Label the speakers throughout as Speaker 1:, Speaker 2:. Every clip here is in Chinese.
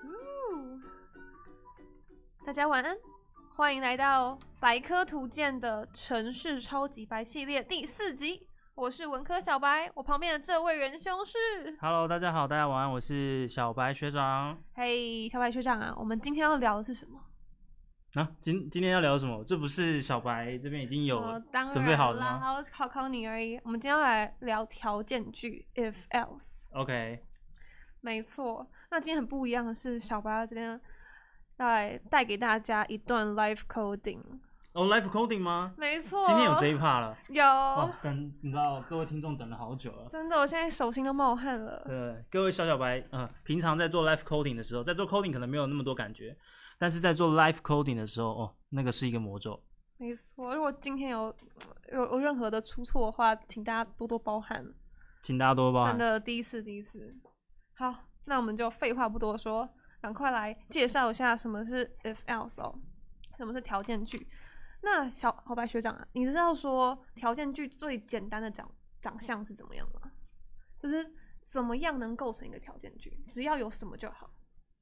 Speaker 1: 嗯大家晚安，欢迎来到百科图鉴的城市超级白系列第四集。我是文科小白，我旁边的这位仁兄是，
Speaker 2: Hello，大家好，大家晚安，我是小白学长
Speaker 1: 嘿，小白学长啊，我们今天要聊的是什么？
Speaker 2: 啊。今今天要聊什么？这不是小白这边已经有
Speaker 1: 呃、当
Speaker 2: 准备好
Speaker 1: 然
Speaker 2: 了
Speaker 1: 啦，
Speaker 2: 吗
Speaker 1: 我考考你而已。我们今天要来聊条件句 if else。
Speaker 2: ？OK，
Speaker 1: 没错，那今天很不一样的是，小白这边来带给大家一段 live coding。
Speaker 2: 哦、l i f e coding 吗？
Speaker 1: 没错，
Speaker 2: 今天有这一趴了，
Speaker 1: 有
Speaker 2: 哇，等你知道各位听众等了好久了。
Speaker 1: 真的，我现在手心都冒汗了。
Speaker 2: 对，各位小小白，呃，平常在做 life coding 的时候，在做 coding 可能没有那么多感觉，但是在做 life coding 的时候，哦，那个是一个魔咒。
Speaker 1: 没错，如果今天有有有任何的出错的话，请大家多多包涵。
Speaker 2: 请大家多包
Speaker 1: 真
Speaker 2: 涵。
Speaker 1: 的第一次，第一次。好，那我们就废话不多说，赶快来介绍一下什么是 if else 哦，什么是条件句。那小小白学长啊，你知道说条件句最简单的长长相是怎么样吗？就是怎么样能构成一个条件句，只要有什么就好。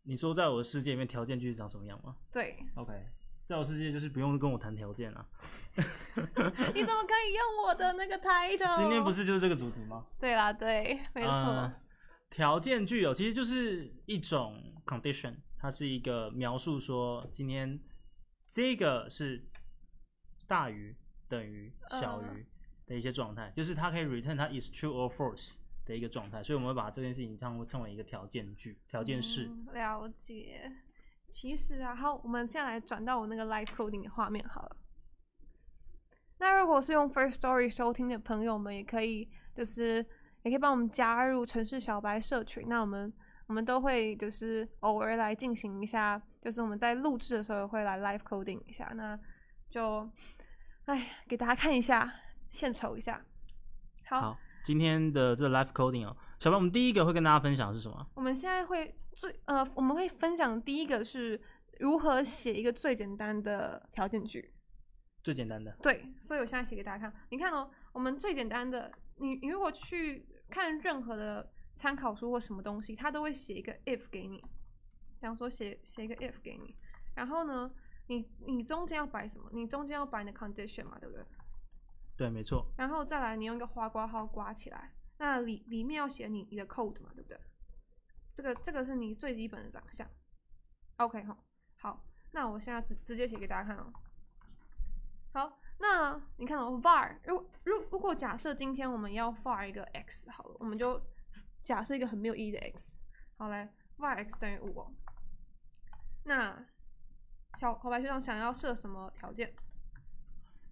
Speaker 2: 你说在我的世界里面，条件句长什么样吗
Speaker 1: 对，
Speaker 2: ？OK，在我世界就是不用跟我谈条件啊。
Speaker 1: 你怎么可以用我的那个 title？
Speaker 2: 今天不？是就是这个主题吗？
Speaker 1: 对啦，对，没错。
Speaker 2: 呃条件具有其实就是一种 condition，它是一个描述说今天这个是大于、等于、小
Speaker 1: 嗯
Speaker 2: 于的一些状态，就是它可以 return 它 is true or false 的一个状态，所以我们会把这件事情称称为一个条件句、条件式。
Speaker 1: 嗯了解。其实啊，好，我们现在来转到我那个 live coding 的画面好了。那如果是用 First Story 收听的朋友们，也可以就是也可以帮我们加入城市小白社群。那我们我们都会就是偶尔来进行一下，就是我们在录制的时候也会来 live coding 一下。那就哎，给大家看一下，献丑一下。好，
Speaker 2: 好，今天的这 life coding 哦，小白，我们第一个会跟大家分享的是什么？
Speaker 1: 我们现在会最呃，我们会分享第一个是如何写一个最简单的条件句。
Speaker 2: 最简单的，
Speaker 1: 对，所以我现在写给大家看。你看哦，我们最简单的，你你如果去看任何的参考书或什么东西，它都会写一个 if 给你，比方说写写一个 if 给你，然后呢，你你中间要摆什么？你中间要摆你的 condition 嘛，对不对？
Speaker 2: 对，没错，
Speaker 1: 然后再来，你用一个花括号刮起来，那里里面要写你你的 code 嘛，对不对？这个这个是你最基本的长相。OK 好，好，那我现在直直接写给大家看哦。好，那你看哦，var，如如如果假设今天我们要 var 一个 x 好了，我们就假设一个很没有意义的 x。好来，var x 等于五哦。那小小白学长想要设什么条件？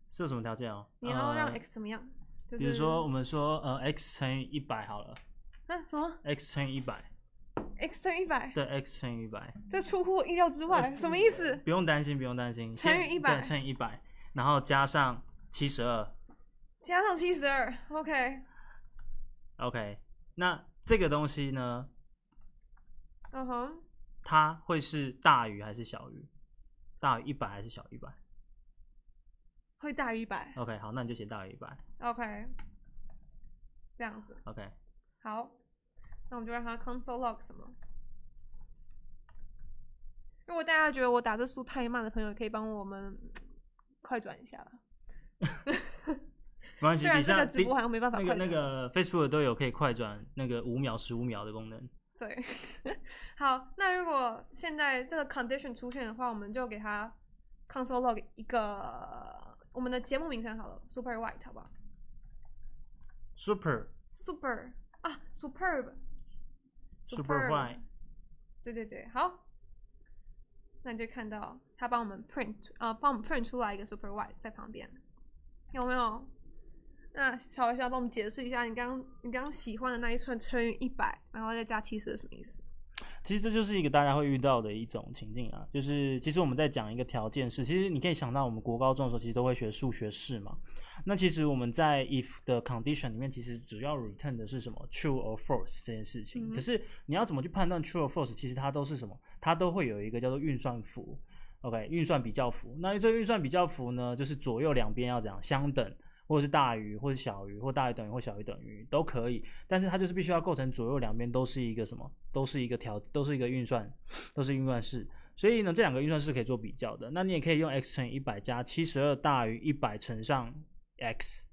Speaker 2: 是有什么条件哦？
Speaker 1: 你要让
Speaker 2: 呃
Speaker 1: x 怎么样？就是、
Speaker 2: 比如说我们说呃 x 乘以一百好了
Speaker 1: 啊什么？
Speaker 2: ，x 乘以一百。
Speaker 1: x 乘以一百，
Speaker 2: 对，x 呃乘以一百，
Speaker 1: 这出乎我意料之外，什么意思？
Speaker 2: 不用担心，不用担心，
Speaker 1: 乘以
Speaker 2: 先
Speaker 1: 100
Speaker 2: 对乘以一百，然后加上七十二
Speaker 1: 加上七十二，OK，
Speaker 2: ，OK，那这个东西呢，
Speaker 1: 嗯哼，
Speaker 2: 它会是大于还是小于？大于一百还是小于一百
Speaker 1: 会大于一百
Speaker 2: ？OK，好，那你就写大于一百
Speaker 1: ，OK，这样子，
Speaker 2: ，OK，
Speaker 1: 好，那我们就让它 console log 什么。如果大家觉得我打字速太慢的朋友，可以帮我们嗯快转一下了。
Speaker 2: 没关系，
Speaker 1: 虽然
Speaker 2: 底
Speaker 1: 这
Speaker 2: 下
Speaker 1: 个直
Speaker 2: 底
Speaker 1: 播好像没办法
Speaker 2: 那
Speaker 1: 快
Speaker 2: 个
Speaker 1: 转，
Speaker 2: 那个 Facebook 都有可以快转那个五秒、十五秒的功能。
Speaker 1: 对， 好，那如果现在这个 condition 出现的话，我们就给它 console log 一个我们的节目名称好了，super white 好不好
Speaker 2: Super
Speaker 1: ？super 啊，superb。
Speaker 2: Super White，
Speaker 1: 对对对，好，那你就看到他帮我们 print 呃，帮我们 print 出来一个 super white 在旁边，有没有？那小白需要帮我们解释一下，你刚刚你刚刚喜欢的那一串乘以一百，然后再加七十是什么意思？
Speaker 2: 其实这就是一个大家会遇到的一种情境啊，就是其实我们在讲一个条件式，其实你可以想到我们国高中的时候其实都会学数学式嘛。那其实我们在 if 的 condition 里面，其实主要 return 的是什么 true or false 这件事情。
Speaker 1: 嗯
Speaker 2: 可是你要怎么去判断 true or false，其实它都是什么？它都会有一个叫做运算符，OK，运算比较符。那这个运算比较符呢，就是左右两边要怎样相等。或者是大于，或者小于，或大于等于，或小于等于都可以，但是它就是必须要构成左右两边都是一个什么，都是一个条，都是一个运算，都是运算式。所以呢，这两个运算是可以做比较的。那你也可以用 x 乘以一百加七十二大于一百乘上 x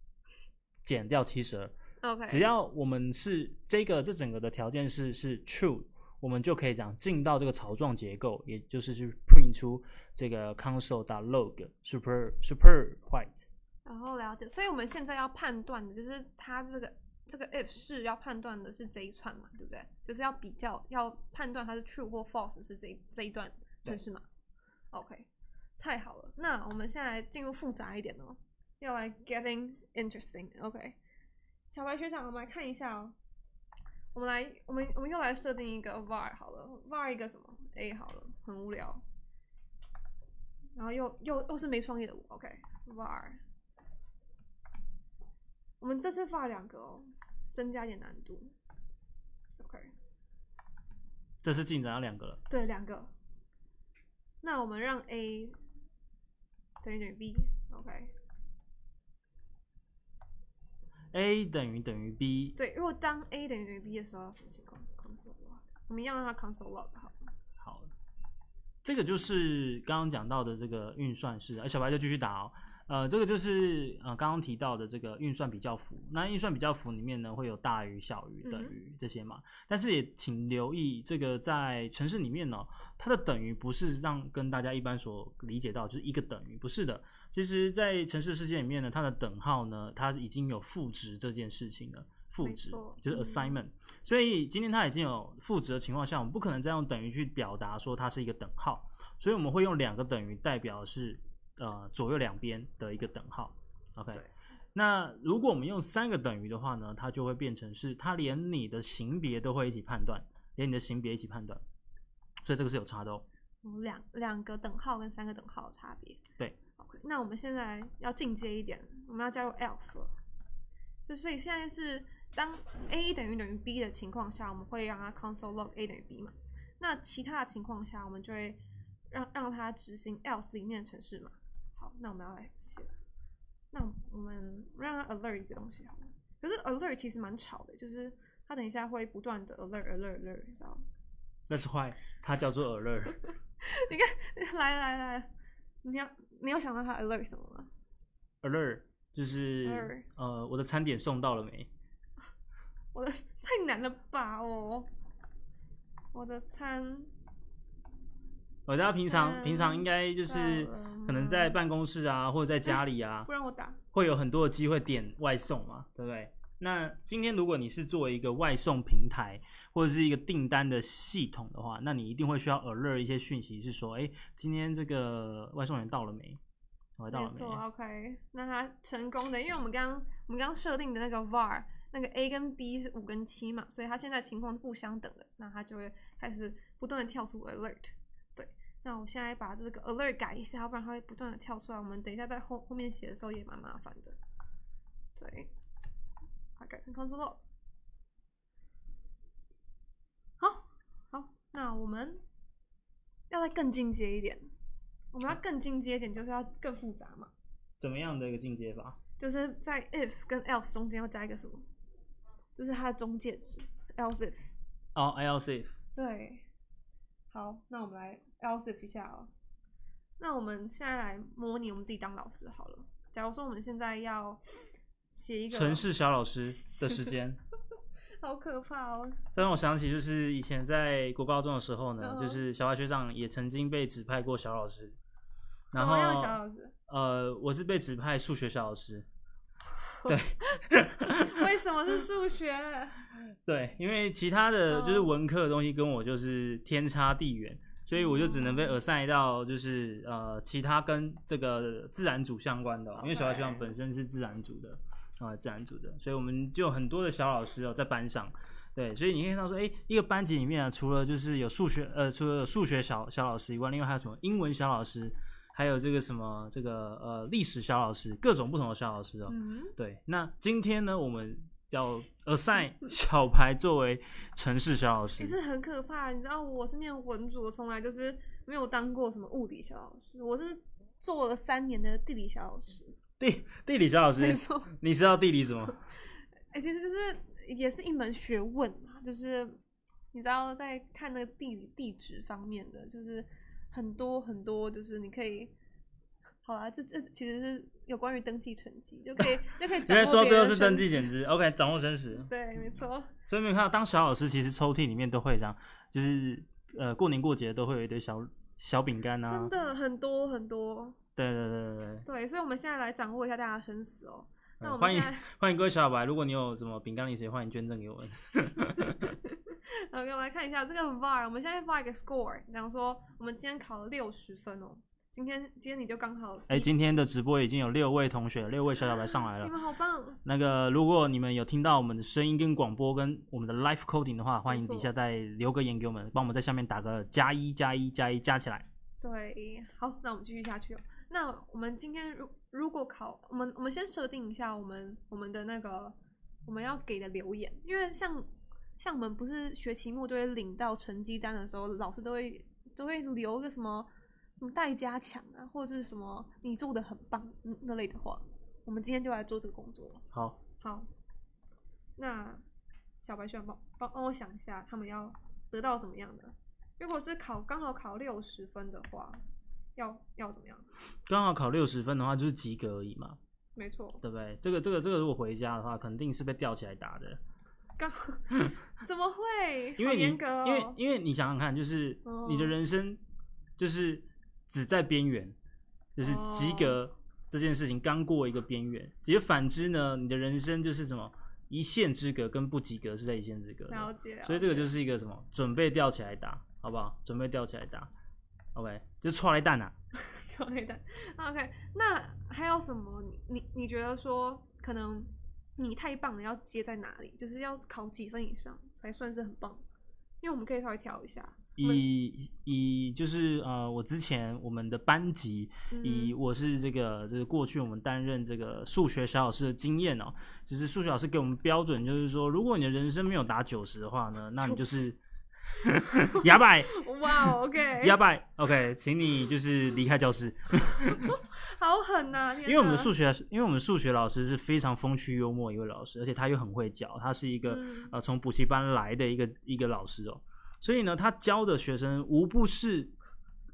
Speaker 2: 减掉七十二，
Speaker 1: OK，
Speaker 2: 只要我们是这个这整个的条件是是 true，我们就可以讲进到这个槽状结构，也就是去 print 出这个 console.log super super white。
Speaker 1: 然后了解，所以我们现在要判断的就是它这个这个 if 是要判断的是这一串嘛，对不对？就是要比较，要判断它是 true 或 false 是这一这一段
Speaker 2: 对
Speaker 1: 程式嘛。OK，太好了，那我们现在进入复杂一点哦，要来 getting interesting。OK，小白学长，我们来看一下哦。我们来，我们我们又来设定一个 var 好了，var 一个什么 a 好了，很无聊。然后又又又是没创意的我，OK，var、我们这次发两个哦，增加一点难度。OK，
Speaker 2: 这是进展到两个了，
Speaker 1: 对，两个。那我们让 A 等于等于 B。OK，
Speaker 2: a 等于等于 b，
Speaker 1: 对，如果当 A 等于等于 B 的时候，要什么情况？console log，我们一样让它 console log 好了。
Speaker 2: 好，这个就是刚刚讲到的这个运算式，呃，小白就继续打哦。呃，这个就是呃刚刚提到的这个运算比较符。那运算比较符里面呢，会有大于、小于、等于这些嘛。但是也请留意，这个在城市里面呢、哦它的等于不是让跟大家一般所理解到就是一个等于，不是的。其实，在城市世界里面呢，它的等号呢，它已经有赋值这件事情了。赋
Speaker 1: 没
Speaker 2: 值
Speaker 1: 错
Speaker 2: 就是
Speaker 1: 嗯
Speaker 2: assignment，、所以今天它已经有赋值的情况下，我们不可能再用等于去表达说它是一个等号，所以我们会用两个等于代表是呃左右两边的一个等号。OK，
Speaker 1: 对
Speaker 2: 那如果我们用三个等于的话呢，它就会变成是它连你的型别都会一起判断，连你的型别一起判断，所以这个是有差的哦。
Speaker 1: 有嗯两两个等号跟三个等号的差别。
Speaker 2: 对
Speaker 1: ，OK，那我们现在要进阶一点，我们要加入 else 了。就所以现在是当 a 等于等于 b 的情况下，我们会让它 console log a 等于 b 嘛？那其他的情况下，我们就会让让它执行 else 里面的程式嘛？好，那我们要来写了。那我们让它 alert 一个东西好了。可是 alert 其实蛮吵的，就是它等一下会不断的 alert alert alert，你知道吗？
Speaker 2: That's why 它叫做 alert，
Speaker 1: 你看， 来来来，你要你有想到他 alert 什么吗？
Speaker 2: alert 就是
Speaker 1: Alert
Speaker 2: 呃我的餐点送到了没？
Speaker 1: 我的太难了吧哦，我的餐
Speaker 2: 哦，大家平常平常应该就
Speaker 1: 嗯到
Speaker 2: 是
Speaker 1: 了
Speaker 2: 可能在
Speaker 1: 吗
Speaker 2: 办公室啊，或者在家里啊
Speaker 1: 不，让我打，
Speaker 2: 会有很多的机会点外送嘛，对不对？那今天如果你是做一个外送平台或者是一个订单的系统的话，那你一定会需要 alert 一些讯息，是说，哎，今天这个外送员到了没？我到
Speaker 1: 没
Speaker 2: 了没
Speaker 1: 错？，OK，那啊他成功的，因为我们刚刚我们刚刚设定的那个 var 那个 a 跟 b 是五跟七嘛，所以他现在情况不相等的，那他就会开始不断的跳出 alert。对，那我现在把这个 alert 改一下，要不然它会不断的跳出来。我们等一下在后后面写的时候也蛮麻烦的。对，把它改成 console log。好，好，那我们要再更进阶一点。我们要更进阶一点，就是要更复杂嘛，
Speaker 2: 怎么样的一个进阶法？
Speaker 1: 就是在 if 跟 else 中间要加一个什么，就是它的中介词 else if。
Speaker 2: 哦，I L safe，
Speaker 1: 对，好，那我们来 else if 一下哦。那我们现在来模拟我们自己当老师好了。假如说我们现在要写一个
Speaker 2: 城，市小老师的时间。
Speaker 1: 好可怕哦！
Speaker 2: 这让我想起，就是以前在国高中的时候呢，
Speaker 1: 嗯哼
Speaker 2: 就是小白学长也曾经被指派过小老师，
Speaker 1: 什
Speaker 2: 然
Speaker 1: 么样的小
Speaker 2: 后
Speaker 1: 老师？
Speaker 2: 呃，我是被指派数学小老师，
Speaker 1: 为什么是数学？
Speaker 2: 嗯对，因为其他的
Speaker 1: 嗯
Speaker 2: 就是文科的东西跟我就是天差地远，所以我就只能被耳塞到就是呃其他跟这个自然组相关的哦、因为小白学长
Speaker 1: OK
Speaker 2: 本身是自然组的啊、自然组的，所以我们就有很多的小老师哦在班上。对，所以你可以看到说，哎，一个班级里面啊，除了就是有数学，呃，除了有数学小小老师以外，另外还有什么英文小老师，还有这个什么这个呃历史小老师，各种不同的小老师哦。
Speaker 1: 嗯，
Speaker 2: 对，那今天呢，我们要 assign 小白作为城市小老
Speaker 1: 其
Speaker 2: 师。
Speaker 1: 实很可怕。你知道我是念文组，我从来就是没有当过什么物理小老师，我是做了三年的地理小老师。
Speaker 2: 地地理小老师
Speaker 1: 没，错，
Speaker 2: 你知道地理什么？
Speaker 1: 哎、其实就是也是一门学问嘛，就是你知道在看那个地理地质方面的，就是很多很多，就是你可以。好啊，这这其实是有关于登记成绩，就 可以就可以掌握
Speaker 2: 原来说
Speaker 1: 别
Speaker 2: 最后
Speaker 1: 人
Speaker 2: 是
Speaker 1: 的
Speaker 2: 登
Speaker 1: 生
Speaker 2: 记
Speaker 1: 死
Speaker 2: 减脂，OK，掌握真实。
Speaker 1: 对，没错，
Speaker 2: 所以没有看到，当小老师其实抽屉里面都会这样，就是呃过年过节都会有一堆小小饼干啊
Speaker 1: 真，的很多很多。
Speaker 2: 对对对对对。
Speaker 1: 对，所以我们现在来掌握一下大家的生死哦。那
Speaker 2: 嗯
Speaker 1: 我们
Speaker 2: 欢迎
Speaker 1: 现在
Speaker 2: 欢迎各位小伙伴，如果你有什么饼干零食，欢迎捐赠给我们。
Speaker 1: OK，我们来看一下这个 var，我们现在 var 一个 score，比方说我们今天考了六十分哦，今天今天你就刚好，
Speaker 2: 哎、今天的直播已经有六位同学、六位小伙伴上来
Speaker 1: 你
Speaker 2: 了。
Speaker 1: 们好棒，
Speaker 2: 那个，如果你们有听到我们的声音跟广播跟我们的 live coding 的话，欢迎
Speaker 1: 没错
Speaker 2: 底下再留个言给我们，帮我们在下面打个加一、加一、加一加起来。
Speaker 1: 对，好，那我们继续下去哦。那我们今天如如果考，我们我们先设定一下我们我们的那个我们要给的留言，因为像像我们不是学期末都会领到成绩单的时候，老师都会都会留个什么什么待加强啊，或者是什么你做的很棒嗯那类的话，我们今天就来做这个工作。
Speaker 2: 好，
Speaker 1: 好，那小白需要帮帮帮我想一下，他们要得到怎么样的？如果是考刚好考六十分的话，要要怎么样？
Speaker 2: 刚好考六十分的话就是及格而已嘛，
Speaker 1: 没错，
Speaker 2: 对不对？这个这个这个，如果回家的话，肯定是被吊起来打的，
Speaker 1: 刚好怎么会？
Speaker 2: 因
Speaker 1: 好
Speaker 2: 为你
Speaker 1: 严格哦，
Speaker 2: 因为因为你想想看，就是
Speaker 1: 哦
Speaker 2: 你的人生就是只在边缘，就是
Speaker 1: 哦
Speaker 2: 及格这件事情刚过一个边缘。其实反之呢，你的人生就是什么一线之隔跟不及格是在一线之隔的。
Speaker 1: 了解了解，
Speaker 2: 所以这个就是一个什么，准备吊起来打，好不好？准备吊起来打，OK，就踹来蛋啊。
Speaker 1: 之类的。OK，那还有什么？你你你觉得说可能你太棒了，要接在哪里？就是要考几分以上才算是很棒？因为我们可以稍微调一下。
Speaker 2: 以以就是呃，我之前我们的班级，
Speaker 1: 嗯
Speaker 2: 以我是这个就是过去我们担任这个数学小老师的经验哦，就是数学老师给我们标准就是说，如果你的人生没有打九十的话呢，那你就是 哑巴
Speaker 1: 哇、o 哦 k
Speaker 2: 哑巴，OK，请你就是离开教室。
Speaker 1: 好狠呐、天
Speaker 2: 因为我们的
Speaker 1: 哪
Speaker 2: 数学，因为我们数学老师是非常风趣幽默一位老师，而且他又很会教，他是一个、
Speaker 1: 嗯
Speaker 2: 呃从补习班来的一个一个老师哦，所以呢，他教的学生无不是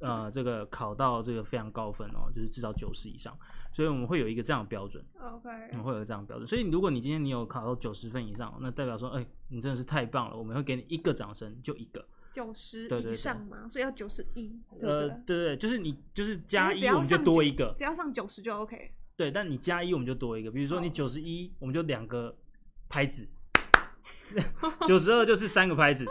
Speaker 2: 呃这个考到这个非常高分哦，就是至少九十以上，所以我们会有一个这样的标准，
Speaker 1: OK，
Speaker 2: 我们会有这样的标准。所以如果你今天你有考到九十分以上，那代表说，哎、你真的是太棒了，我们会给你一个掌声，就一个。
Speaker 1: 九十
Speaker 2: 对对
Speaker 1: 以上嘛，所以要九十一，对不
Speaker 2: 呃
Speaker 1: 对？，
Speaker 2: 对对，就是你就是
Speaker 1: 但
Speaker 2: 加
Speaker 1: 是
Speaker 2: 一，
Speaker 1: 只要
Speaker 2: 我们就
Speaker 1: 上
Speaker 2: 多
Speaker 1: 九
Speaker 2: 一个，
Speaker 1: 只要上九十就 OK。
Speaker 2: 对，但你加一我们就多一个，比如说你
Speaker 1: 哦
Speaker 2: 九十一，我们就两个拍 子；九十二就是三个拍子。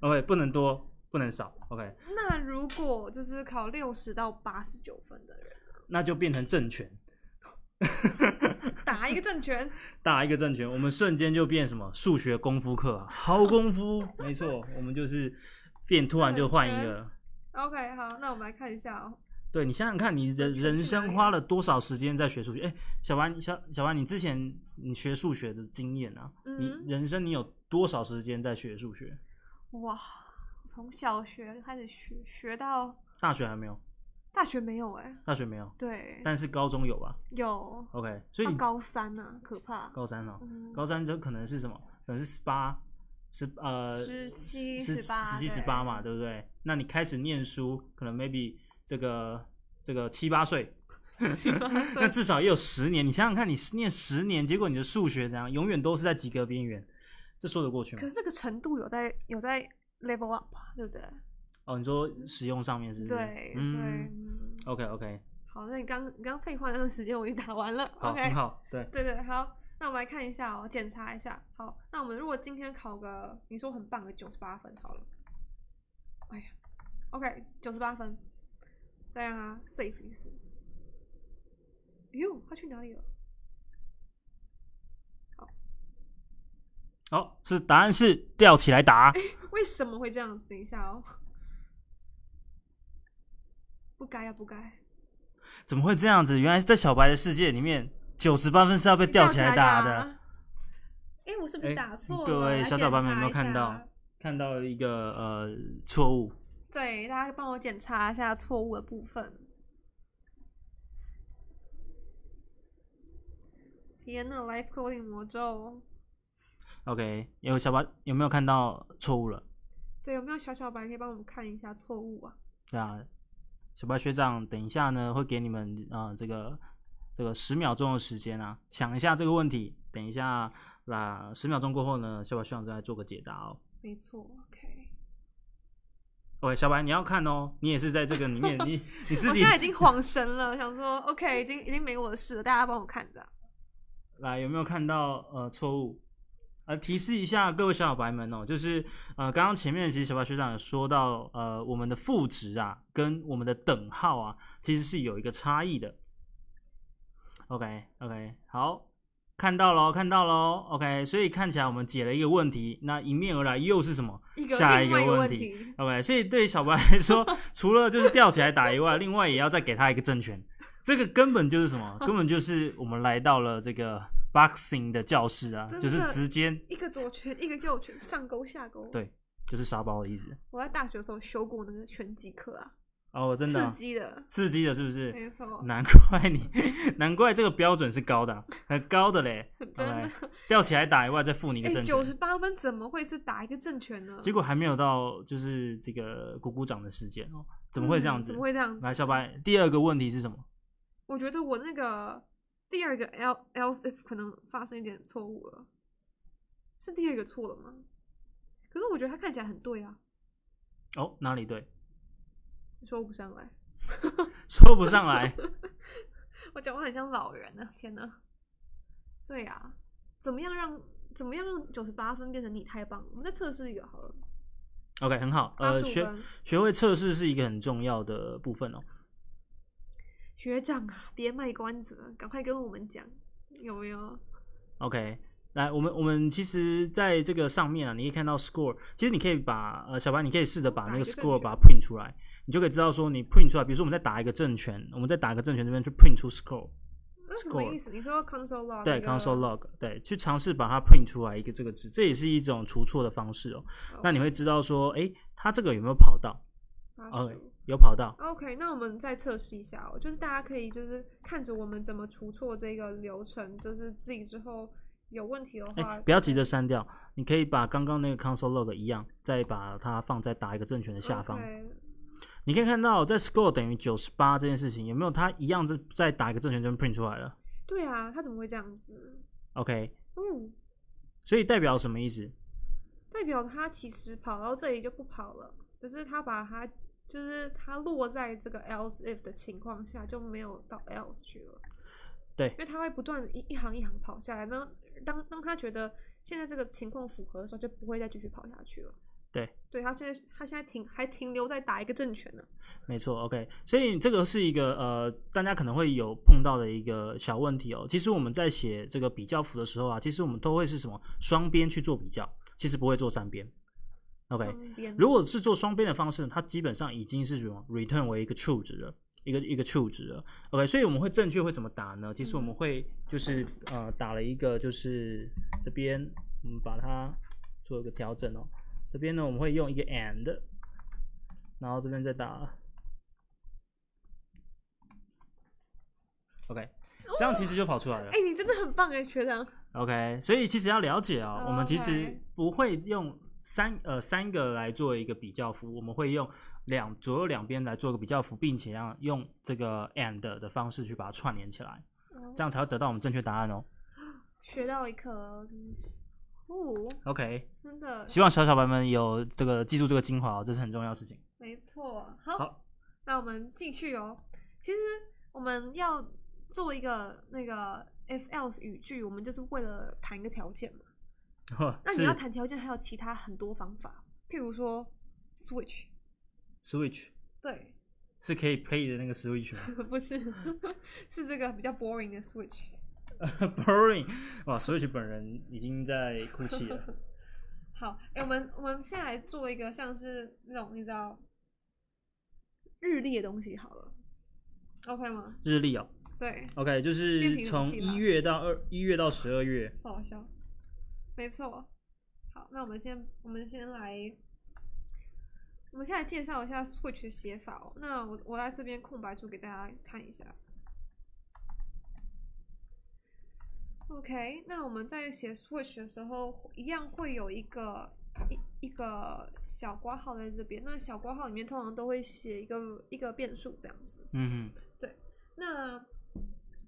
Speaker 2: OK，不能多，不能少。OK，
Speaker 1: 那如果就是考六十到八十九分的人，
Speaker 2: 那就变成正拳，
Speaker 1: 打一个正拳，
Speaker 2: 打一个正拳，我们瞬间就变什么数学功夫课啊，好功夫，没错，我们就是变突然就换一
Speaker 1: 正
Speaker 2: 个。
Speaker 1: OK，好，那我们来看一下哦。
Speaker 2: 对你想想看，你人
Speaker 1: 正拳
Speaker 2: 人
Speaker 1: 去哪
Speaker 2: 生
Speaker 1: 里
Speaker 2: 花了多少时间在学数学？哎、小丸，小小丸，你之前你学数学的经验啊，
Speaker 1: 嗯
Speaker 2: 你人生你有多少时间在学数学？
Speaker 1: 哇，从小学开始学，学到
Speaker 2: 大学还没有？
Speaker 1: 大学没有哎、
Speaker 2: 大学没有，
Speaker 1: 对，
Speaker 2: 但是高中有吧
Speaker 1: 有
Speaker 2: ？OK，所以
Speaker 1: 到
Speaker 2: 你
Speaker 1: 哦高三呐、可怕。
Speaker 2: 高三哦，
Speaker 1: 嗯，
Speaker 2: 高三就可能是什么？可能是十八、十呃
Speaker 1: 17
Speaker 2: 十
Speaker 1: 18
Speaker 2: 十七、
Speaker 1: 对
Speaker 2: 十八嘛，对不对？那你开始念书，可能 maybe 这个这个七八岁， 那
Speaker 1: 那
Speaker 2: 至少也有十年。你想想看，你念十年，结果你的数学怎样，永远都是在及格边缘，这说得过去吗
Speaker 1: 可？是这个程度有在有在 level up，啊对不对？
Speaker 2: 哦，你说使用上面是不是？
Speaker 1: 对，所以。
Speaker 2: 嗯
Speaker 1: 嗯
Speaker 2: ，OK OK，
Speaker 1: 好，那你刚你刚废话那段时间我已经打完了
Speaker 2: 好，
Speaker 1: ，OK，
Speaker 2: 很好，对。
Speaker 1: 对对，好，那我们来看一下哦，检查一下。好，那我们如果今天考个你说很棒的九十八分，好了，哎呀，OK，九十八分，再让它 save 一次。哟，他去哪里了？
Speaker 2: 好、是答案是吊起来打。
Speaker 1: 为什么会这样子？等一下哦，不该啊，不该，
Speaker 2: 怎么会这样子？原来在小白的世界里面，九十八分是要被吊起来打的。。
Speaker 1: 哎，我是不是
Speaker 2: 哎
Speaker 1: 啊打错了？
Speaker 2: 各位
Speaker 1: 来
Speaker 2: 小伙伴们有
Speaker 1: 检
Speaker 2: 没有
Speaker 1: 查一
Speaker 2: 看到
Speaker 1: 下
Speaker 2: 看到一个呃错误，
Speaker 1: 对，大家帮我检查一下错误的部分。天呐，Life Coding 魔咒，
Speaker 2: OK，有小白有没有看到错误了？
Speaker 1: 对，有没有小小白可以帮我们看一下错误啊？
Speaker 2: 对啊，小白学长，等一下呢会给你们啊、呃、这个这个十秒钟的时间啊，想一下这个问题。等一下啦，十秒钟过后呢，小白学长再来做个解答哦。
Speaker 1: 没错，OK。
Speaker 2: OK，小白你要看哦，你也是在这个里面，你你 自
Speaker 1: 我
Speaker 2: 己
Speaker 1: 哦现在已经恍神了，想说 OK，已经已经没我的事了，大家帮我看着。
Speaker 2: 来，有没有看到呃错误？呃，提示一下各位小小白们哦，就是呃，刚刚前面其实小白学长有说到，呃，我们的赋值啊跟我们的等号啊，其实是有一个差异的。OK OK，好，看到喽，看到喽。OK，所以看起来我们解了一个问题，那迎面而来又是什么？
Speaker 1: 一个
Speaker 2: 下一
Speaker 1: 另
Speaker 2: 个
Speaker 1: 外一个
Speaker 2: 问
Speaker 1: 问
Speaker 2: 题
Speaker 1: 题，
Speaker 2: OK，所以对小白来 说，除了就是吊起来打以外，另外也要再给他一个正拳。这个根本就是什么？根本就是我们来到了这个 boxing 的教室啊，
Speaker 1: 真的
Speaker 2: 就是直接
Speaker 1: 一个左拳，一个右拳，上勾下勾。
Speaker 2: 对就是沙包的意思。
Speaker 1: 我在大学的时候修过那个拳击课啊，
Speaker 2: 哦，真的啊、
Speaker 1: 刺激的，
Speaker 2: 刺激的，是不是？
Speaker 1: 没错，
Speaker 2: 难怪你， 难怪这个标准是高的啊、很高的嘞。
Speaker 1: 真的
Speaker 2: OK，。吊起来打以外，再付你一个
Speaker 1: 哎，
Speaker 2: 正
Speaker 1: 九
Speaker 2: 拳。
Speaker 1: 十八分怎么会是打一个正拳呢？
Speaker 2: 结果还没有到就是这个鼓鼓掌的事件哦，怎么会这样
Speaker 1: 嗯
Speaker 2: 子
Speaker 1: 怎么？会这样子？
Speaker 2: 来，小白，第二个问题是什么？
Speaker 1: 我觉得我那个第二个 L else if 可能发生一点错误了，是第二个错了吗？可是我觉得它看起来很对啊，
Speaker 2: 哦，哪里对？
Speaker 1: 你说不上来，
Speaker 2: 说不上来。
Speaker 1: 我讲话很像老人啊，天哪！对啊，怎么样让怎么样让九十八分变成你太棒了？我们再测试一个好了，
Speaker 2: OK，很好。
Speaker 1: 八
Speaker 2: 呃，
Speaker 1: 十五
Speaker 2: 学
Speaker 1: 分。
Speaker 2: 学会测试是一个很重要的部分哦。
Speaker 1: 学长啊，别卖关子了，赶快跟我们讲，有没有？
Speaker 2: OK，来，我们我们其实在这个上面啊，你可以看到 score，其实你可以把呃小白，你可以试着把
Speaker 1: 打
Speaker 2: 那
Speaker 1: 一个
Speaker 2: 个
Speaker 1: 正
Speaker 2: score
Speaker 1: 拳
Speaker 2: 把它 print 出来，你就可以知道说你 print 出来，比如说我们再打一个正拳，我们再打一个正拳这边去 print 出 score，
Speaker 1: 那什么
Speaker 2: Score
Speaker 1: 意思？你说 console log
Speaker 2: 对
Speaker 1: 那个
Speaker 2: ，console log，对，去尝试把它 print 出来一个这个值，这也是一种除错的方式哦。那你会知道说，诶，它这个有没有跑到？呃
Speaker 1: 85，
Speaker 2: 有跑到。
Speaker 1: OK，那我们再测试一下哦，就是大家可以就是看着我们怎么除错这个流程，就是自己之后有问题的
Speaker 2: 哎、
Speaker 1: 话，
Speaker 2: 不要急着删掉，你可以把刚刚那个 console log 一样，再把它放在打一个正拳的下方。
Speaker 1: OK，
Speaker 2: 你可以看到，在 score 等于九十八这件事情，有没有它一样在在打一个正拳这边 print 出来了
Speaker 1: 对啊，他怎么会这样子？
Speaker 2: ？OK，
Speaker 1: 嗯，
Speaker 2: 所以代表什么意思？
Speaker 1: 代表他其实跑到这里就不跑了，可是他把它就是他落在这个 else if 的情况下就没有到 else 去了。
Speaker 2: 对
Speaker 1: 因为他会不断地一一行一行跑下来，那当当他觉得现在这个情况符合的时候，就不会再继续跑下去了。
Speaker 2: 对，
Speaker 1: 对他现在他现在停还停留在打一个正拳呢。
Speaker 2: 没错，OK，所以这个是一个呃，大家可能会有碰到的一个小问题哦。其实我们在写这个比较符的时候啊，其实我们都会是什么双边去做比较，其实不会做三边。OK，
Speaker 1: 双边
Speaker 2: 如果是做双边的方式呢，它基本上已经是什么 return 为一个 true 值了，一个一个 true 值了。OK，所以我们会正确会怎么打呢？其实我们会就是呃打了一个就是这边我们把它做一个调整哦。这边呢我们会用一个 and，然后这边再打 OK，这样其实就跑出来了
Speaker 1: 哎、。你真的很棒哎，学长。
Speaker 2: OK，所以其实要了解哦，我们其实
Speaker 1: OK
Speaker 2: 不会用三呃三个来做一个比较符，我们会用两左右两边来做一个比较符，并且让用这个 and 的方式去把它串联起来，这样才会得到我们正确答案哦。
Speaker 1: 学到一课了，真的是。哦，
Speaker 2: OK，
Speaker 1: 真的
Speaker 2: 希望小小白们有这个记住这个精华、哦，这是很重要的事情。
Speaker 1: 没错。好，
Speaker 2: 好
Speaker 1: 那我们继续哦。其实我们要做一个那个 if else 语句，我们就是为了谈一个条件嘛。那你
Speaker 2: 哦是
Speaker 1: 要谈条件，还有其他很多方法，譬如说 switch，
Speaker 2: Switch
Speaker 1: 对，
Speaker 2: 是可以 play 的那个 Switch 吗
Speaker 1: 不是， 是这个比较 boring 的 switch。
Speaker 2: ？Boring，哇，Switch 本人已经在哭泣了。
Speaker 1: 好，哎、我们我们现在来做一个像是那种你知道日历的东西好了，OK 吗？
Speaker 2: 日历哦
Speaker 1: 对，
Speaker 2: ，OK，
Speaker 1: 变
Speaker 2: 就
Speaker 1: 频
Speaker 2: 是
Speaker 1: 武器
Speaker 2: 从
Speaker 1: 吧
Speaker 2: 一月到二一月到十二月。
Speaker 1: 不好笑，没错。好，那我们先我们先来，我们先来介绍一下 switch 的写法哦。那我我在这边空白处给大家看一下。OK，那我们在写 switch 的时候，一样会有一个一一个小括号在这边，那小括号里面通常都会写一个一个变数这样子。
Speaker 2: 嗯哼，
Speaker 1: 那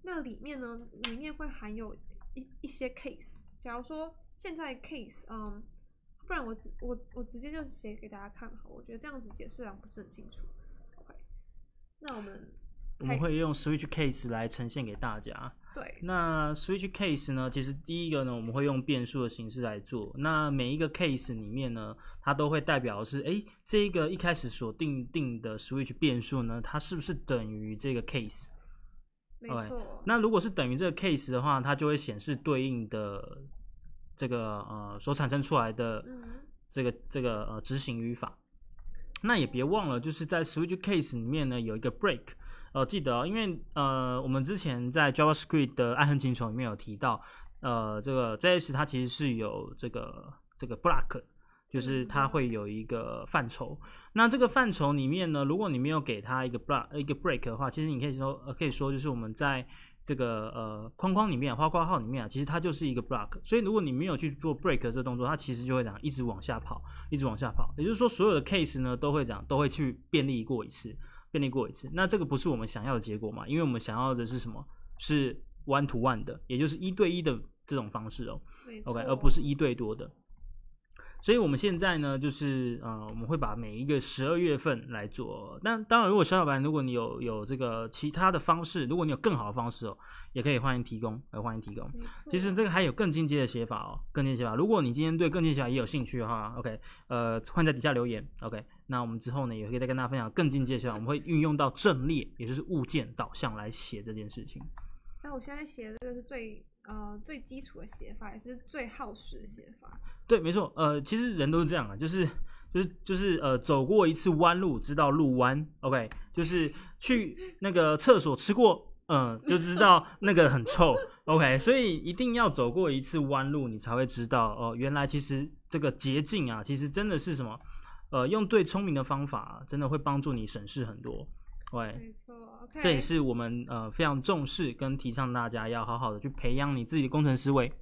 Speaker 1: 那里面呢，里面会含有一一些 case。假如说现在 case，嗯，不然我直我我直接就写给大家看好，我觉得这样子解释好像不是很清楚。OK，那我们
Speaker 2: 我们会用 switch case 来呈现给大家。
Speaker 1: 对
Speaker 2: 那 switch case 呢，其实第一个呢，我们会用变数的形式来做。那每一个 case 里面呢，它都会代表的是，诶，这一个一开始所定定的 switch 变数呢，它是不是等于这个 case？
Speaker 1: 没
Speaker 2: OK，
Speaker 1: 错，
Speaker 2: 那如果是等于这个 case 的话，它就会显示对应的这个呃所产生出来的
Speaker 1: 嗯
Speaker 2: 这个这个呃执行语法。那也别忘了，就是在 switch case 里面呢有一个 break，呃，记得、哦，因为呃我们之前在 JavaScript 的爱恨情仇里面有提到，呃，这个 JS 它其实是有这个这个 block，就是它会有一个范畴。那这个范畴里面呢，如果你没有给它一个 block 一个 break 的话，其实你可以说呃可以说就是我们在这个呃框框里面、花括号里面啊，其实它就是一个 block。所以如果你没有去做 break 这动作，它其实就会这样一直往下跑，一直往下跑。也就是说，所有的 case 呢都会这样，都会去便利过一次，便利过一次。那这个不是我们想要的结果嘛？因为我们想要的是什么？是 one to one 的，也就是一对一的这种方式哦。
Speaker 1: 没错
Speaker 2: OK，而不是一对多的。所以我们现在呢，就是呃，我们会把每一个十二月份来做。但当然，如果小伙伴，如果你有有这个其他的方式，如果你有更好的方式哦，也可以欢迎提供，呃，欢迎提供。
Speaker 1: 没错
Speaker 2: 其实这个还有更进阶的写法哦，更进阶写法。如果你今天对更进阶写法也有兴趣的话，OK，呃，欢迎在底下留言，OK。那我们之后呢，也可以再跟大家分享更进阶的写法，我们会运用到阵列，也就是物件导向来写这件事情。
Speaker 1: 那我现在写的这个是最呃最基础的写法，也是最耗时的写法。
Speaker 2: 对，没错，呃，其实人都是这样啊，就是就是就是呃，走过一次弯路，知道路弯，OK，就是去那个厕所吃过，嗯、就知道那个很臭，OK，所以一定要走过一次弯路，你才会知道哦、原来其实这个捷径啊，其实真的是什么，呃，用对聪明的方法啊、真的会帮助你省事很多，OK，
Speaker 1: 没错，OK，
Speaker 2: 哎这也是我们呃非常重视跟提倡大家要好好的去培养你自己的工程思维。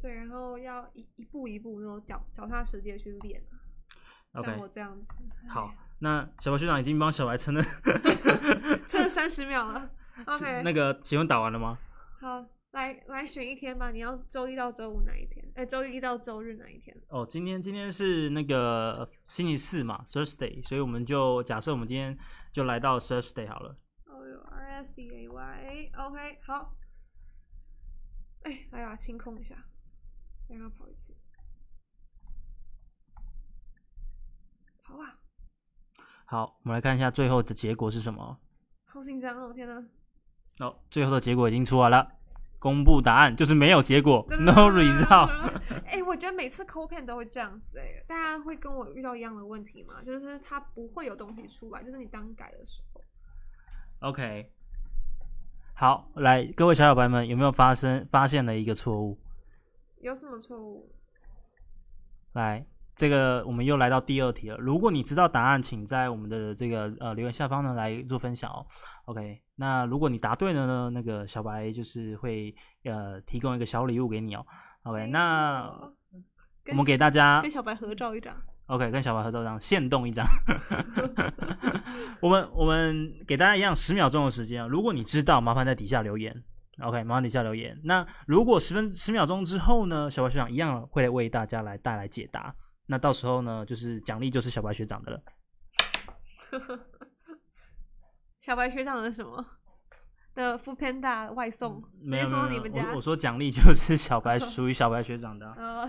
Speaker 1: 对，然后要一一步一步那种脚脚踏实地的去练啊。
Speaker 2: OK
Speaker 1: 像我这样子，
Speaker 2: 好，那小白学长已经帮小白撑了。
Speaker 1: 哎，剩三十秒 了。OK，
Speaker 2: 那个请问打完了吗？
Speaker 1: 好，来来选一天吧，你要周一到周五哪一天？哎、周一到周日哪一天？
Speaker 2: 哦，今天今天是那个星期四嘛，Thursday，所以我们就假设我们今天就来到 Thursday 好了。
Speaker 1: 哦哟，R S D A Y，OK，好。哎、来吧，清空一下，再让它跑一次。好啊，
Speaker 2: 好，我们来看一下最后的结果是什么。
Speaker 1: 好紧张哦，天哪！
Speaker 2: 哦，最后的结果已经出来了，公布答案就是没有结果，no result。
Speaker 1: 啊 哎、我觉得每次 co pen 都会这样子、哎，大家会跟我遇到一样的问题吗？就是它不会有东西出来，就是你当改的时候。
Speaker 2: OK，好，来各位小伙伴们，有没有发生发现了一个错误？
Speaker 1: 有什么错误？
Speaker 2: 来，这个我们又来到第二题了。如果你知道答案，请在我们的这个呃留言下方呢来做分享哦。OK，那如果你答对了呢，那个小白就是会呃提供一个小礼物给你哦。OK，
Speaker 1: 没
Speaker 2: 那
Speaker 1: 错
Speaker 2: 我
Speaker 1: 跟
Speaker 2: 们给大家
Speaker 1: 跟小白合照一张。
Speaker 2: OK 跟小白合照一张，限动一张。 我们我们给大家一样十秒钟的时间哦。如果你知道，麻烦在底下留言。OK，麻烦底下留言。那如果十分十秒钟之后呢，小白学长一样会为大家来带来解答。那到时候呢，就是奖励就是小白学长的了。
Speaker 1: 小白学长的什么的 f o o Panda 外送，
Speaker 2: 嗯没
Speaker 1: 直接
Speaker 2: 有
Speaker 1: 送到
Speaker 2: 没有没
Speaker 1: 你
Speaker 2: 有
Speaker 1: 们家
Speaker 2: 我我。说奖励就是 小白属于小白学长的啊。
Speaker 1: 呃，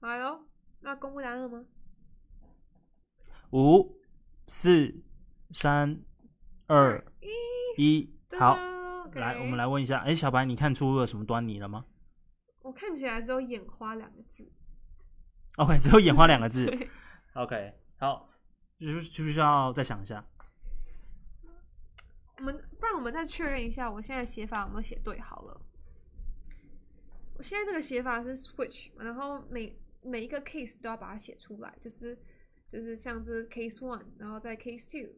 Speaker 1: 好哟，那公布答案了吗？
Speaker 2: 五、四、三、二、一，好，
Speaker 1: 噔噔
Speaker 2: 来我们，
Speaker 1: OK
Speaker 2: 来问一下，哎，小白，你看出了什么端倪了吗
Speaker 1: 我看起来只有眼花两个字。
Speaker 2: ？OK，只有 眼花两个 字。
Speaker 1: 对，
Speaker 2: OK，好，需不需不需要再想一下？
Speaker 1: 我们不然我们再确认一下，我现在写法有没有写对好了。我现在这个写法是 switch，然后每每一个 case 都要把它写出来，就是就是像这 case one，然后再 case two，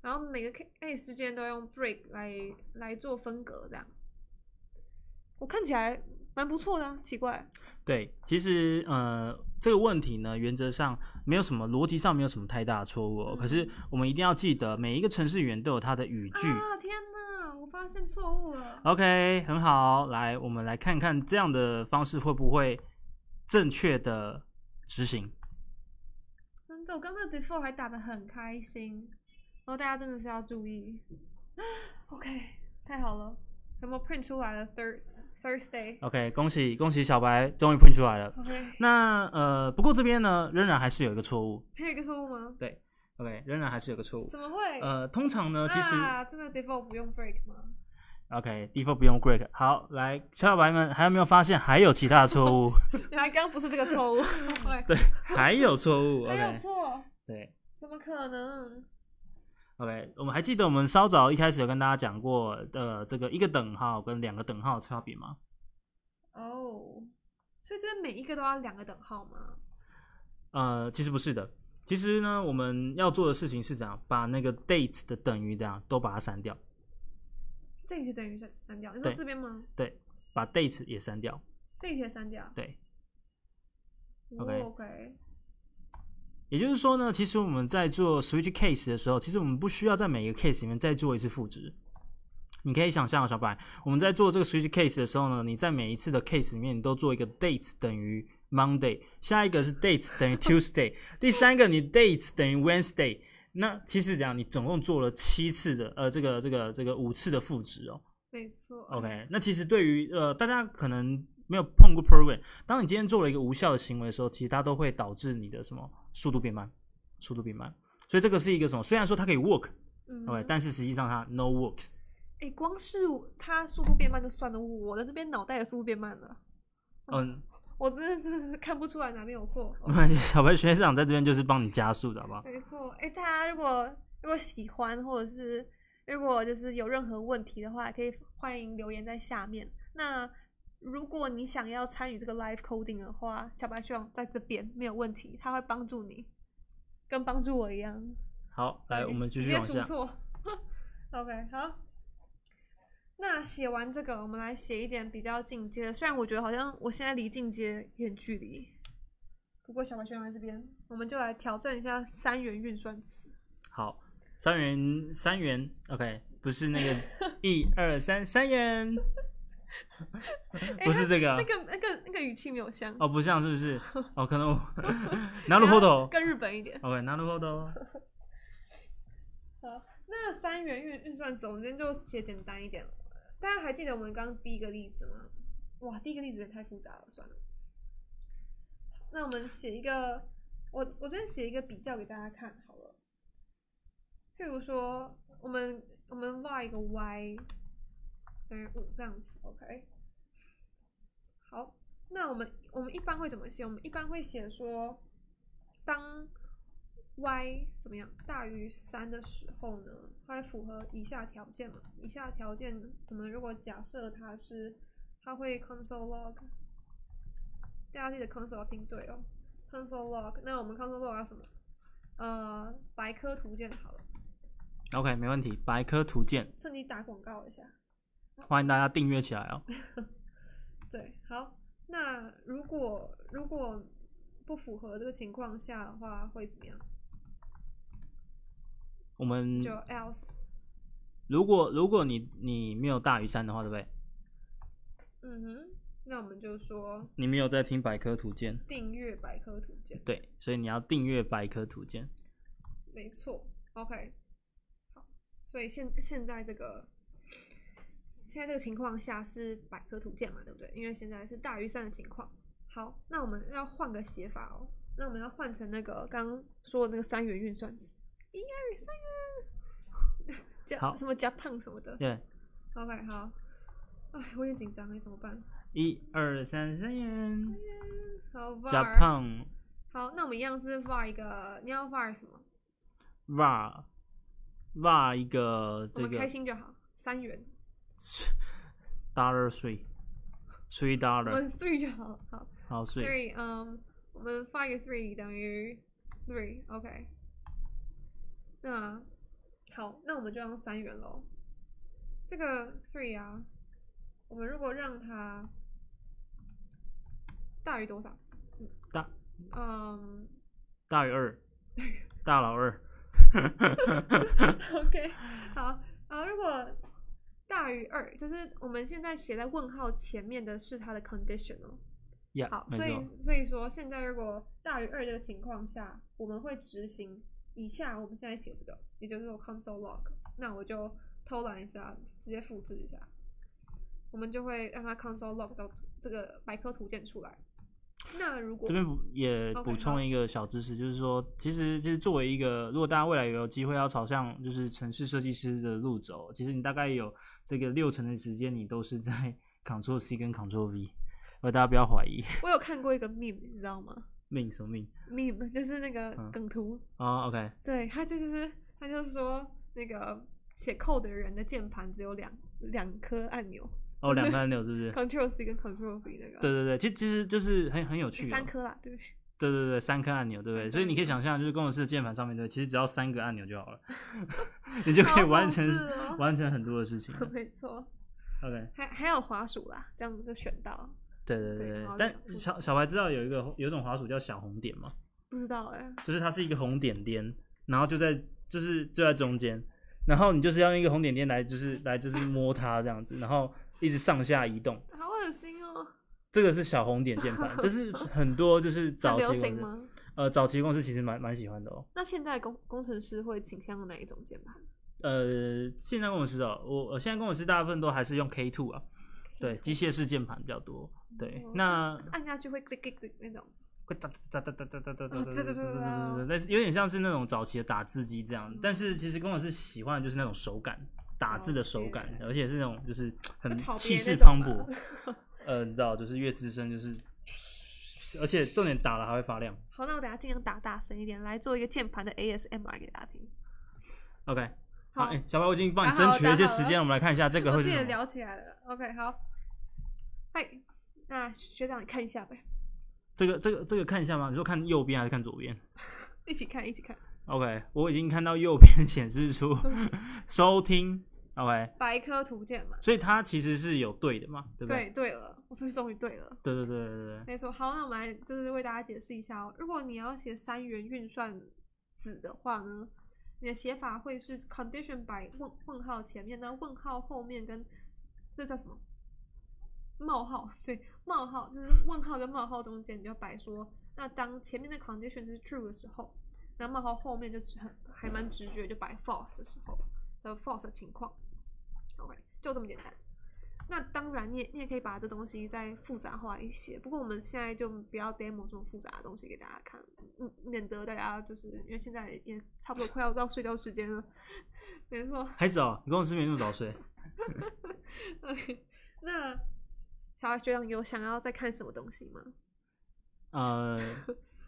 Speaker 1: 然哎后每个 case 之间都用 break 来来做分隔，这样。我看起来蛮不错的、啊，奇怪。
Speaker 2: 对，其实呃这个问题呢，原则上没有什么逻辑上没有什么太大的错误、
Speaker 1: 嗯
Speaker 2: 哦，可是我们一定要记得每一个程式语言都有它的语句。
Speaker 1: 啊天哪，我发现错误了。
Speaker 2: OK，很好，来我们来看看这样的方式会不会正确的执行。
Speaker 1: 真的，我刚刚 default 还打得很开心，然后大家真的是要注意。OK，太好了，有没有 print 出来了？Thir Thursday。
Speaker 2: OK，恭喜恭喜小白终于 print 出来了。
Speaker 1: OK，
Speaker 2: 那呃，不过这边呢，仍然还是有一个错误。
Speaker 1: 还有一个错误吗？
Speaker 2: OK，仍然还是有个错误。
Speaker 1: 怎么会？
Speaker 2: 呃，通常呢，其实、
Speaker 1: 啊，真的 default 不用 break 吗？
Speaker 2: OK，地方不用 break。好，来，小伙伴们还有没有发现还有其他的错误？
Speaker 1: 原来刚刚不是这个 错误，对，
Speaker 2: 对， 还有错 误。
Speaker 1: 还
Speaker 2: OK，
Speaker 1: 有错，
Speaker 2: 对
Speaker 1: 怎么可能？
Speaker 2: ，OK，我们还记得我们稍早一开始有跟大家讲过，呃，这个一个等号跟两个等号的差别吗？
Speaker 1: 哦，所以这边每一个都要两个等号吗？
Speaker 2: 呃，其实不是的。其实呢，我们要做的事情是这样，把那个 date 的等于这样都把它删掉，
Speaker 1: 这一题等于删删掉，你说
Speaker 2: 对
Speaker 1: 这边吗？
Speaker 2: 对，把 date 也删掉，
Speaker 1: 这一题删掉。
Speaker 2: 对。OK
Speaker 1: 哦 OK，
Speaker 2: 也就是说呢，其实我们在做 switch case 的时候，其实我们不需要在每一个 case 里面再做一次赋值。你可以想象，啊小白，我们在做这个 switch case 的时候呢，你在每一次的 case 里面，你都做一个 date 等于 Monday，下一个是 date 等于 Tuesday，第 三个你 date 等于 Wednesday。那其实这样，你总共做了七次的，呃，这个这个这个五次的赋值哦。
Speaker 1: 没错。
Speaker 2: OK，那其实对于呃大家可能没有碰过 program，当你今天做了一个无效的行为的时候，其实它都会导致你的什么速度变慢，速度变慢。所以这个是一个什么？虽然说它可以 work，OK，、
Speaker 1: 嗯，
Speaker 2: 但是实际上它 no works。
Speaker 1: 哎、光是它速度变慢就算了，我的这边脑袋的速度变慢了，
Speaker 2: 嗯，
Speaker 1: 我真的真的是看不出来哪边有错。
Speaker 2: 没关系，小白学长在这边就是帮你加速的，好不好？
Speaker 1: 没错，哎、大家如果如果喜欢，或者是如果就是有任何问题的话，可以欢迎留言在下面。那如果你想要参与这个 live coding 的话，小白学长在这边没有问题，他会帮助你，跟帮助我一样。
Speaker 2: 好，来，
Speaker 1: OK，
Speaker 2: 我们
Speaker 1: 嗯
Speaker 2: 继
Speaker 1: 直
Speaker 2: 续
Speaker 1: 接
Speaker 2: 往
Speaker 1: 出
Speaker 2: 下。
Speaker 1: 错。OK，好。那写完这个，我们来写一点比较进阶的。虽然我觉得好像我现在离进阶有点距离，不过小白学长在这边，我们就来挑战一下三元运算词。
Speaker 2: 好，三元三元，OK，不 是那个一二三三元，
Speaker 1: 哎
Speaker 2: 不是这个啊、
Speaker 1: 那个、那个、那个语气没有像，
Speaker 2: 哦，不像是 不是？哦，可能我 拿了后头。
Speaker 1: 更日本一点。
Speaker 2: OK，拿了后头。哦
Speaker 1: 好，那三元运运算词，我们今天就写简单一点了。大家还记得我们刚刚第一个例子吗？哇，第一个例子也太复杂了，算了。那我们写一个，我我这边写一个比较给大家看好了。譬如说，我们我们 y 一个 y 等于五这样子，OK。好，那我们我们一般会怎么写？我们一般会写说，当 y 怎么样大于三的时候呢，它会符合以下条件嘛？以下条件，我们如果假设它是，它会 console log，大家记得 console 要拼对哦，console log。那我们 console log 要什么？呃，百科图鉴好了，
Speaker 2: OK，没问题。百科图鉴，
Speaker 1: 趁机打广告一下。
Speaker 2: 欢迎大家订阅起来哦。
Speaker 1: 对，好，那如果如果不符合这个情况下的话，会怎么样？
Speaker 2: 我们
Speaker 1: 就 else，
Speaker 2: 如果如果你你没有大于三的话，对不对？
Speaker 1: 嗯哼，那我们就说
Speaker 2: 你没有在听百科图鉴，
Speaker 1: 订阅百科图鉴。
Speaker 2: 对，所以你要订阅百科图鉴。
Speaker 1: 没错，OK，好，所以现现在这个现在这个情况下是百科图鉴嘛，对不对？因为现在是大于三的情况。好，那我们要换个写法哦，那我们要换成那个刚刚说的那个三元运算子，一二三元，加
Speaker 2: 好
Speaker 1: 什么加胖什么的。
Speaker 2: 对，
Speaker 1: OK，好，哎，我有点紧张哎，怎么办？
Speaker 2: 一二三，三元，
Speaker 1: 好，var，
Speaker 2: 加胖
Speaker 1: 好，那我们一样是 var 一个，你要 var 什么？
Speaker 2: var var 一个
Speaker 1: 我
Speaker 2: 这
Speaker 1: 们
Speaker 2: 个
Speaker 1: 开心就好，三元。
Speaker 2: dollar three three
Speaker 1: 我
Speaker 2: dollar
Speaker 1: 们 three 就好，好
Speaker 2: 好税
Speaker 1: three，嗯，我们 five three 等于 three，OK、那好，那我们就用三元喽。这个 three 啊，我们如果让它大于多少？
Speaker 2: 大
Speaker 1: 嗯
Speaker 2: 大于二，大老二，
Speaker 1: ，OK，好，呃，如果大于二，就是我们现在写在问号前面的是它的 conditional。
Speaker 2: 呀、
Speaker 1: 好，
Speaker 2: 没
Speaker 1: 所以
Speaker 2: 错，
Speaker 1: 所以说现在如果大于二这个情况下，我们会执行以下我们现在写这个，也就是说 console log。那我就偷懒一下，直接复制一下，我们就会让它 console log 到这个百科图鉴出来。那如果
Speaker 2: 这边补也
Speaker 1: OK，
Speaker 2: 补充一个小知识，就是说，其实其实作为一个，如果大家未来有机会要朝向就是城市设计师的路走，其实你大概有这个六成的时间，你都是在 Ctrl C 跟 Ctrl V，而大家不要怀疑，
Speaker 1: 我有看过一个 meme，你知道吗
Speaker 2: 命什么命
Speaker 1: ？meme 就是那个
Speaker 2: 嗯
Speaker 1: 梗图，
Speaker 2: 啊、o k
Speaker 1: 对他就是他就说那个写 code 的人的键盘只有两两颗按钮
Speaker 2: 哦，两个按钮 是不是？
Speaker 1: ，Control C 跟 Control V 那个。
Speaker 2: 对对对，其实其实就是很很有趣、哦，
Speaker 1: 三颗啦，对不起。
Speaker 2: 对对对，三颗按钮，对
Speaker 1: 三
Speaker 2: 不对？
Speaker 1: 颗嗯
Speaker 2: 所以你可以想象，就是工程师的键盘上面，对，其实只要三个按钮就好 了，你就可以完成、
Speaker 1: 好好吃哦
Speaker 2: 完成很多的事情 了。
Speaker 1: 没错，
Speaker 2: OK，
Speaker 1: 还还有滑鼠啦，这样就选到了。
Speaker 2: 对对
Speaker 1: 对
Speaker 2: 对
Speaker 1: 好
Speaker 2: 但
Speaker 1: 了
Speaker 2: 小小白知道有一个有一种滑鼠叫小红点嘛，
Speaker 1: 不知道哎、
Speaker 2: 就是它是一个红点点，然后就在就是就在中间，然后你就是要用一个红点点来就是来就是摸它这样子，然后一直上下移动。
Speaker 1: 好恶心哦！
Speaker 2: 这个是小红点键盘，这是很多就是
Speaker 1: 很
Speaker 2: 早期
Speaker 1: 流
Speaker 2: 公司
Speaker 1: 行吗？
Speaker 2: 呃早期公司其实蛮蛮喜欢的哦。
Speaker 1: 那现在工工程师会倾向用哪一种键盘？
Speaker 2: 呃，现在工程师哦，我我现在工程师大部分都还是用 K two 啊，对，机械式键盘比较多。对，
Speaker 1: 哦
Speaker 2: 那
Speaker 1: 是按下去会 click click click 那种。
Speaker 2: 会哒哒哒哒哒哒哒哒哒
Speaker 1: 啊
Speaker 2: 哒
Speaker 1: 对
Speaker 2: 哒
Speaker 1: 对对对
Speaker 2: 哒
Speaker 1: 对
Speaker 2: 哒，但是有点像是那种早期的打字机这样
Speaker 1: 嗯，
Speaker 2: 但是其实工程师喜欢的就是那种手感，打字的手感
Speaker 1: 了，
Speaker 2: 而且是那种就是很
Speaker 1: 那草
Speaker 2: 气
Speaker 1: 编
Speaker 2: 势
Speaker 1: 那种
Speaker 2: 磅
Speaker 1: 吧
Speaker 2: 礴。呃，你知道，就是越资深就是，而且重点打了还会发亮。
Speaker 1: 好，那我等下尽量打大声一点，来做一个键盘的 ASMR 给大家听。
Speaker 2: OK，好，
Speaker 1: 好，
Speaker 2: 哎小白，我已经帮你
Speaker 1: 打
Speaker 2: 争
Speaker 1: 好
Speaker 2: 取了一
Speaker 1: 打
Speaker 2: 些
Speaker 1: 好
Speaker 2: 时
Speaker 1: 了
Speaker 2: 间，我们来看一下这个
Speaker 1: 我
Speaker 2: 会
Speaker 1: 自
Speaker 2: 是
Speaker 1: 己
Speaker 2: 什
Speaker 1: 也
Speaker 2: 么。
Speaker 1: 聊起来了。OK，好，嗨，那学长你看一下呗，
Speaker 2: 这个这个这个看一下吗？你说看右边还是看左边？
Speaker 1: 一起看，一起看。
Speaker 2: OK，我已经看到右边显示出收听，OK，
Speaker 1: 百科图鉴嘛，
Speaker 2: 所以它其实是有对的嘛，对不
Speaker 1: 对
Speaker 2: 对？
Speaker 1: 对了，我是终于对了。
Speaker 2: 对对对对对对，
Speaker 1: 没错，好，那我们来就是为大家解释一下哦。如果你要写三元运算子的话呢，你的写法会是 condition by 问问号前面，那问号后面跟这叫什么？冒号对，冒号就是问号跟冒号中间，你就摆说，那当前面的 condition 是 true 的时候，那冒号后面就只很还蛮直觉，就摆 false 的时候的 false 的情况。OK，就这么简单。那当然你，也你也可以把这东西再复杂化一些。不过我们现在就不要 demo 这么复杂的东西给大家看，嗯，免得大家就是因为现在也差不多快要到睡觉时间了。没错
Speaker 2: 还早，哦你公司没那么早睡。
Speaker 1: ，OK。那小孩学长有想要再看什么东西吗？
Speaker 2: 呃，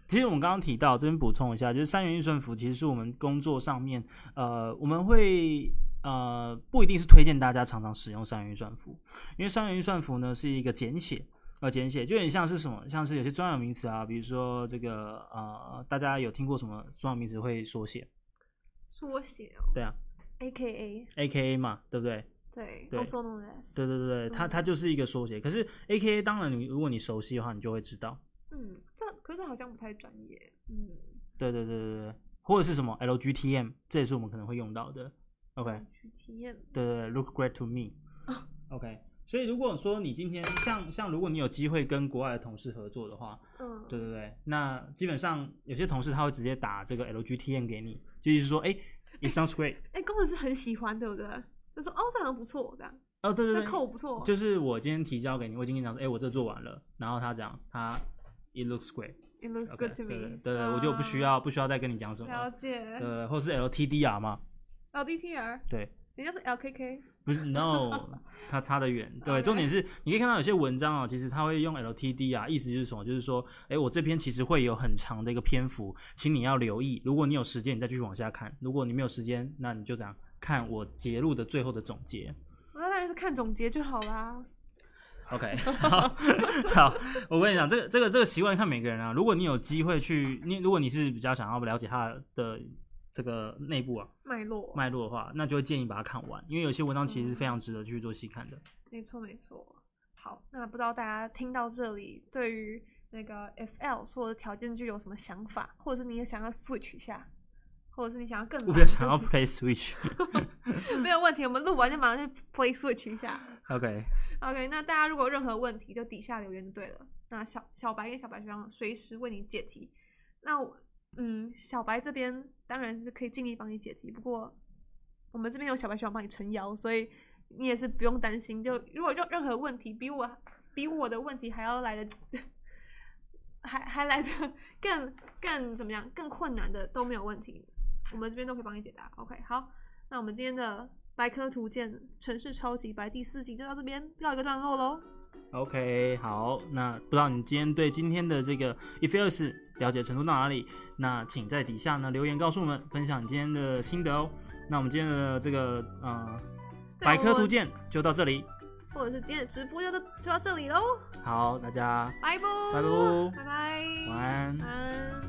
Speaker 2: 其实我们刚刚提到，这边补充一下，就是三元运算符其实是我们工作上面，呃，我们会呃不一定是推荐大家常常使用三元运算符，因为三元运算符呢是一个简写。呃，简写就有点像是什么，像是有些专有名词啊，比如说这个呃，大家有听过什么专有名词会缩写？
Speaker 1: 缩写哦
Speaker 2: 对啊
Speaker 1: ，A K A，
Speaker 2: ，A K A 嘛，对不对？
Speaker 1: 对
Speaker 2: 对
Speaker 1: ，also known as，
Speaker 2: 对对对，对它它就是一个缩写。可是 A K A 当然你如果你熟悉的话，你就会知道。
Speaker 1: 嗯，这可是好像不太专业，嗯
Speaker 2: 对对对对对，或者是什么 L G T M，这也是我们可能会用到的。OK，
Speaker 1: 去体验，
Speaker 2: 对对对，Look great to me。OK，所以
Speaker 1: 哦
Speaker 2: 如果说你今天像像如果你有机会跟国外的同事合作的话，
Speaker 1: 嗯，
Speaker 2: 对对对，那基本上有些同事他会直接打这个 L G T M 给你，就是说，哎，It sounds great。
Speaker 1: 哎，工程师很喜欢，对不对？就说哦，这好像不错，这样，
Speaker 2: 哦，对对
Speaker 1: 这
Speaker 2: 对，
Speaker 1: 扣不错，
Speaker 2: 就是我今天提交给你，我已经跟你讲说，哎、我这做完了，然后他讲他 it looks great，
Speaker 1: It looks
Speaker 2: OK，
Speaker 1: good to
Speaker 2: 对对
Speaker 1: me
Speaker 2: 对对，我就不需
Speaker 1: 嗯
Speaker 2: 要不需要再跟你讲什
Speaker 1: 了
Speaker 2: 么，
Speaker 1: 解。
Speaker 2: 对，或是 LTDR 嘛，
Speaker 1: 哦，DTR，
Speaker 2: 对，
Speaker 1: 人家是 LKK，
Speaker 2: 不是 no，它差得远，对，
Speaker 1: OK
Speaker 2: 重点是你可以看到有些文章啊、其实它会用 LTDR，意思啊就是什么，就是说，哎、我这篇其实会有很长的一个篇幅，请你要留意，如果你有时间，你再继续往下看，如果你没有时间，那你就这样看我节录的最后的总结。
Speaker 1: 我那当然是看总结就好啦。
Speaker 2: OK，好， 好，我跟你讲，这个这个这个习惯看每个人啊。如果你有机会去，你如果你是比较想要了解他的这个内部啊
Speaker 1: 脉络，
Speaker 2: 脉络的话，那就会建议把它看完，因为有些文章其实是非常值得去做细看的。
Speaker 1: 没错没错。好，那不知道大家听到这里，对于那个 FL 或者条件句有什么想法，或者是你也想要 switch 一下，或者是你想要更
Speaker 2: 我
Speaker 1: 难
Speaker 2: 比较想要
Speaker 1: 就
Speaker 2: Play Switch。
Speaker 1: 是没有问题，我们录完就马上去 play switch 一下。
Speaker 2: OK，
Speaker 1: OK，那大家如果有任何问题，就底下留言就对了。那小小白跟小白学长随时为你解题。那我嗯，小白这边当然是可以尽力帮你解题，不过我们这边有小白学长帮你撑腰，所以你也是不用担心。就如果有任何问题，比我比我的问题还要来的，还还来的更更怎么样，更困难的都没有问题，我们这边都可以帮你解答。OK，好。那我们今天的百科图鉴《城市超级白》第四集就到这边告一个段落喽。
Speaker 2: OK，好，那不知道你今天对今天的这个 If y o u s 了解程度到哪里？那请在底下呢留言告诉我们，分享你今天的心得哦。那我们今天的这个呃
Speaker 1: 对
Speaker 2: 百科
Speaker 1: 我
Speaker 2: 图鉴就到这里，
Speaker 1: 或者是今天的直播就到就到这里喽，
Speaker 2: 好，大家
Speaker 1: 拜拜，
Speaker 2: 拜拜喽
Speaker 1: 拜拜，
Speaker 2: 晚安。
Speaker 1: 晚安。